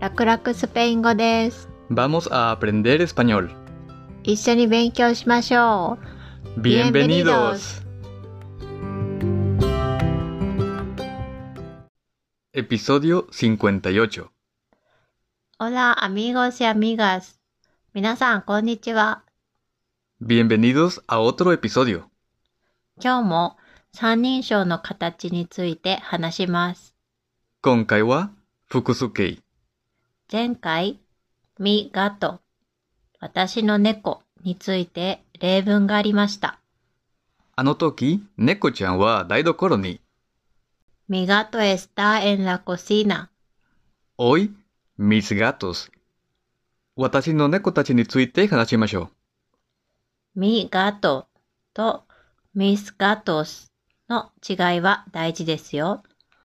楽々スペイン語です。 Vamos a aprender español. 一緒に勉強しましょう。 Bienvenidos. Episodio 58. Hola amigos y amigas. 皆さん、こんにちは。 Bienvenidos a otro episodio. 今日も三人称の形について話します。 Con Kaiwa Fukusukei. 前回、みがと、私の猫について例文がありました。 Anotoki, Neko-chan wa daidokoro ni. Mi gato está en la cocina. Hoy, mis gatos. Watashi no neko tachi ni tsuite hanashimashou. Mi gato と mis gatos の違いは大事ですよ。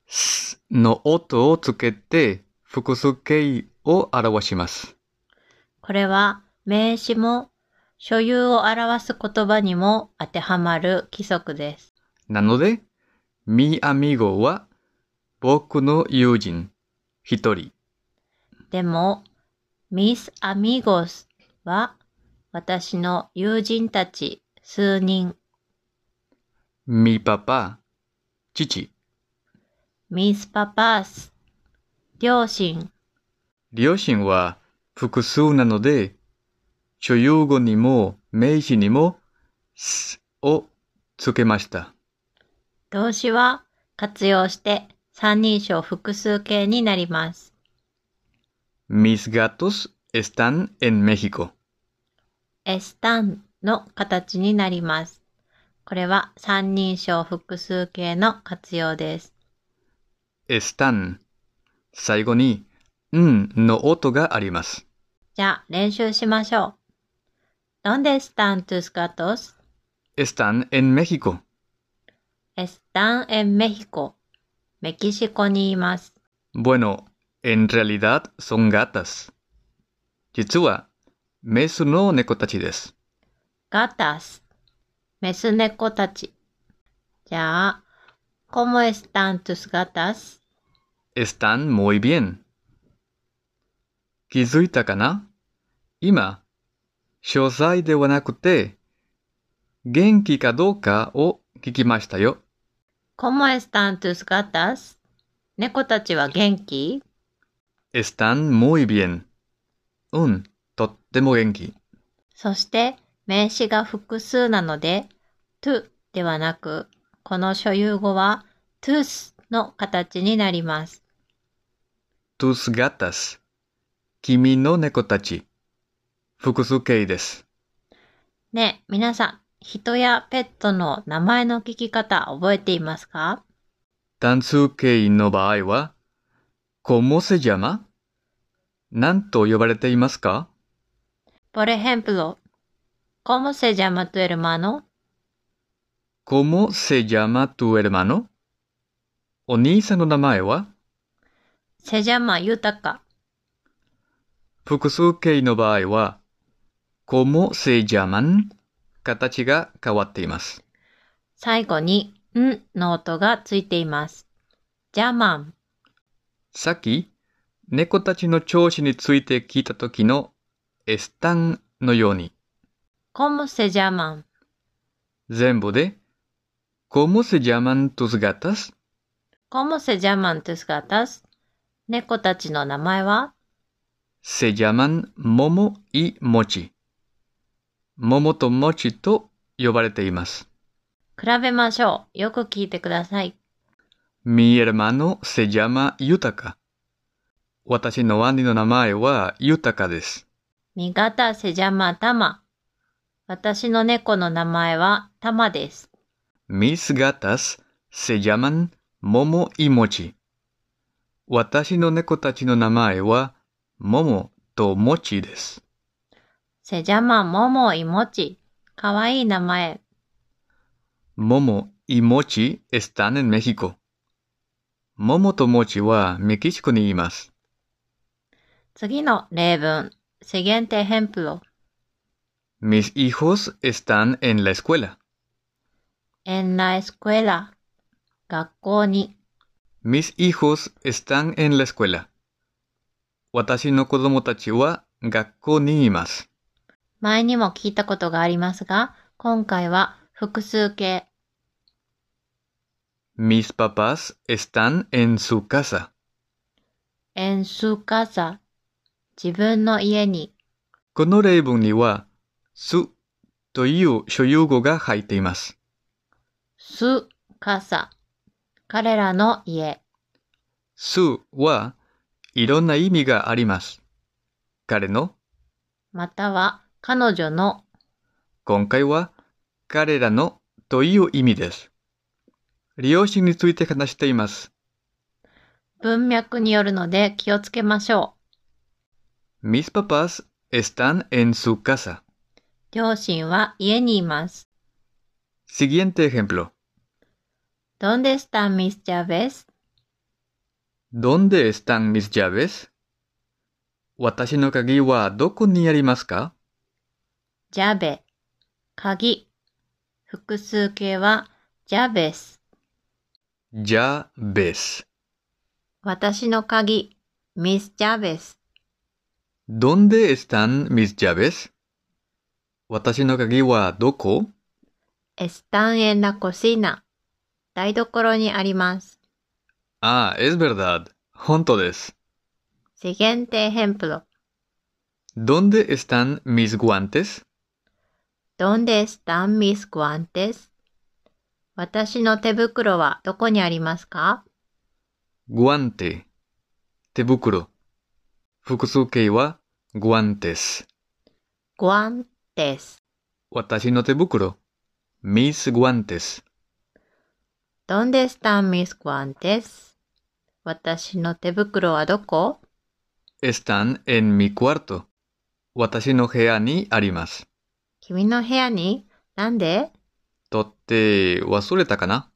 s の音をつけて複数形を表します。これは名詞も所有を表す言葉にも当てはまる規則です。なので、mi amigo は僕の友人一人。でも、mis amigos は私の友人たち数人、 mi papá 父。 mis papas 両親、両親は複数なので、所有語にも名詞にも s をつけました。動詞は活用して三人称複数形になります。 mis gatos están en México。エスタンの形になります。これは三人称複数形の活用です。 están 最後に、んの音があります。じゃあ練習しましょう。¿Dónde están tus gatos? están en México。 Están en México. メキシコにいます。 Bueno, en realidad son gatas. 実は、メスの猫たちです。 gatas。メス猫たち。じゃあ、¿Cómo están tus gatas? están muy bien. 気づいたかな今、詳細ではなくて、元気かどうかを聞きましたよ。 ¿Cómo están tus gatas? 猫たちは元気 están muy bien. うん、とっても元気。そして名詞が複数なので、to ではなく、この所有語は tus の形になります。 tus gatas 君の猫たち。複数形です。ねえ、皆さん、人やペットの名前の聞き方覚えていますか単数形の場合は、como se llama? 何と呼ばれていますか Por ejemplo, ¿cómo se llama tu hermano? como se llama tu hermano? お兄さんの名前は Se llama Yutaka. 複数形の場合は、como se llaman? 形が変わっています。最後に、んの音がついています。ジャマン。さっき、猫たちの調子について聞いた時のエスタンのように、 ¿Cómo se llaman? 全部で、como se llaman tus gatas? ¿Cómo se llaman tus gatas? 猫たちの名前は se llaman momo y mochi。桃と餅と呼ばれています。比べましょう。よく聞いてください。 mi hermano se llama Yutaka。私の兄の名前はユタカです。みがたせじゃまたま。私の猫の名前はたまです。 mis gatas se llaman momo y mochi。私の猫たちの名前は桃と餅です。せじゃまももいもち。かわいい名前。桃 y mochi están en México。桃と餅はメキシコにいます。次の例文。セゲンテヘンプロ。 Mis hijos están en la escuela. エンラエスクエラ。学校に。 Mis hijos están en la escuela. 私の子供たちは学校にいます。前にも聞いたことがありますが、今回は複数形。 Mis papás están en su casa. en su casa 自分の家にこの例文には、すという所有語が入っています。 su casa 彼らの家すはいろんな意味があります。彼の、または彼女の今回は彼らのという意味です。利用詞について話しています。文脈によるので気をつけましょ Mis papás están en su casa. う。両親は家にいます。 Siguiente ejemplo. ¿Dónde está mis llaves? ¿Dónde están mis llaves? 私の鍵はどこにありますか llave 鍵複数形は llaves ?llaves。私の鍵 mis llaves ¿Dónde están mis llaves? 私の鍵はどこ están en la cocina 台所にあります。あ、ah, es verdad. 本当です。 Siguiente ejemplo. ¿Dónde están mis guantes? ¿Dónde están mis guantes? 私の手袋はどこにありますか guante 手袋複数形は guantes ?guantes。私の手袋 mis guantes ¿Dónde están mis guantes? 私の手袋はどこ están en mi cuarto 私の部屋にあります君の部屋になんでとって忘れたかな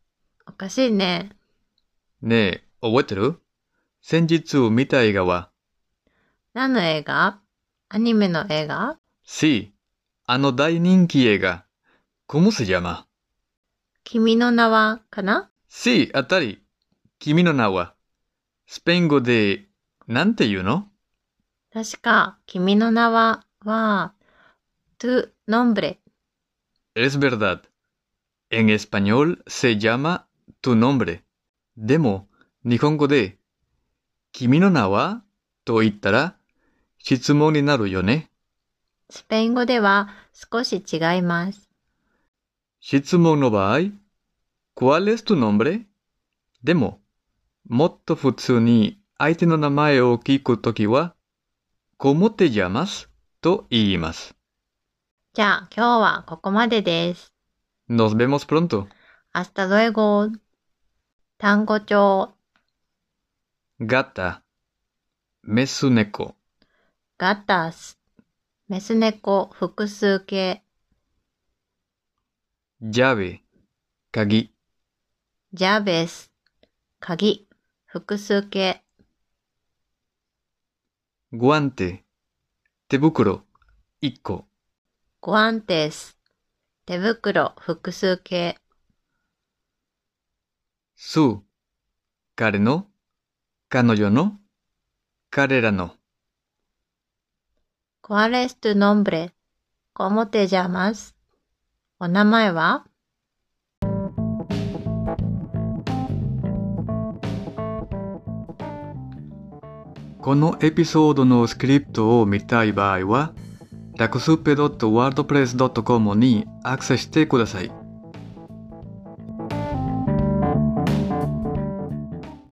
おかしいね。ねえ覚えてる先日見た映画は何の映画アニメの映画 Sí あの大人気映画 ¿Cómo se llama? 君の名はかな Sí あたり君の名はスペイン語でなんて言うの確か、君の名は、は、tu nombre。 Es verdad. En español se llama tu nombre. でも、日本語で、君の名はと言ったら、質問になるよね。スペイン語では少し違います。質問の場合、¿Cuál es tu nombre? でも、もっと普通に相手の名前を聞くときは、¿Cómo te llamas? と言います。じゃあ今日はここまでです。 Nos vemos pronto. Hasta luego! 単語帳、 gata, メス猫、ガタス、メス猫、複数形、 llave, 鍵。ジャベス、鍵、複数形、 guante 手袋1個ゴアンテス、手袋、複数形、 su 彼の彼女の彼らのコアレストノンブレ、コモテジャマス。お名前はこのエピソードのスクリプトを見たい場合は takosupe.wordpress.com にアクセスしてください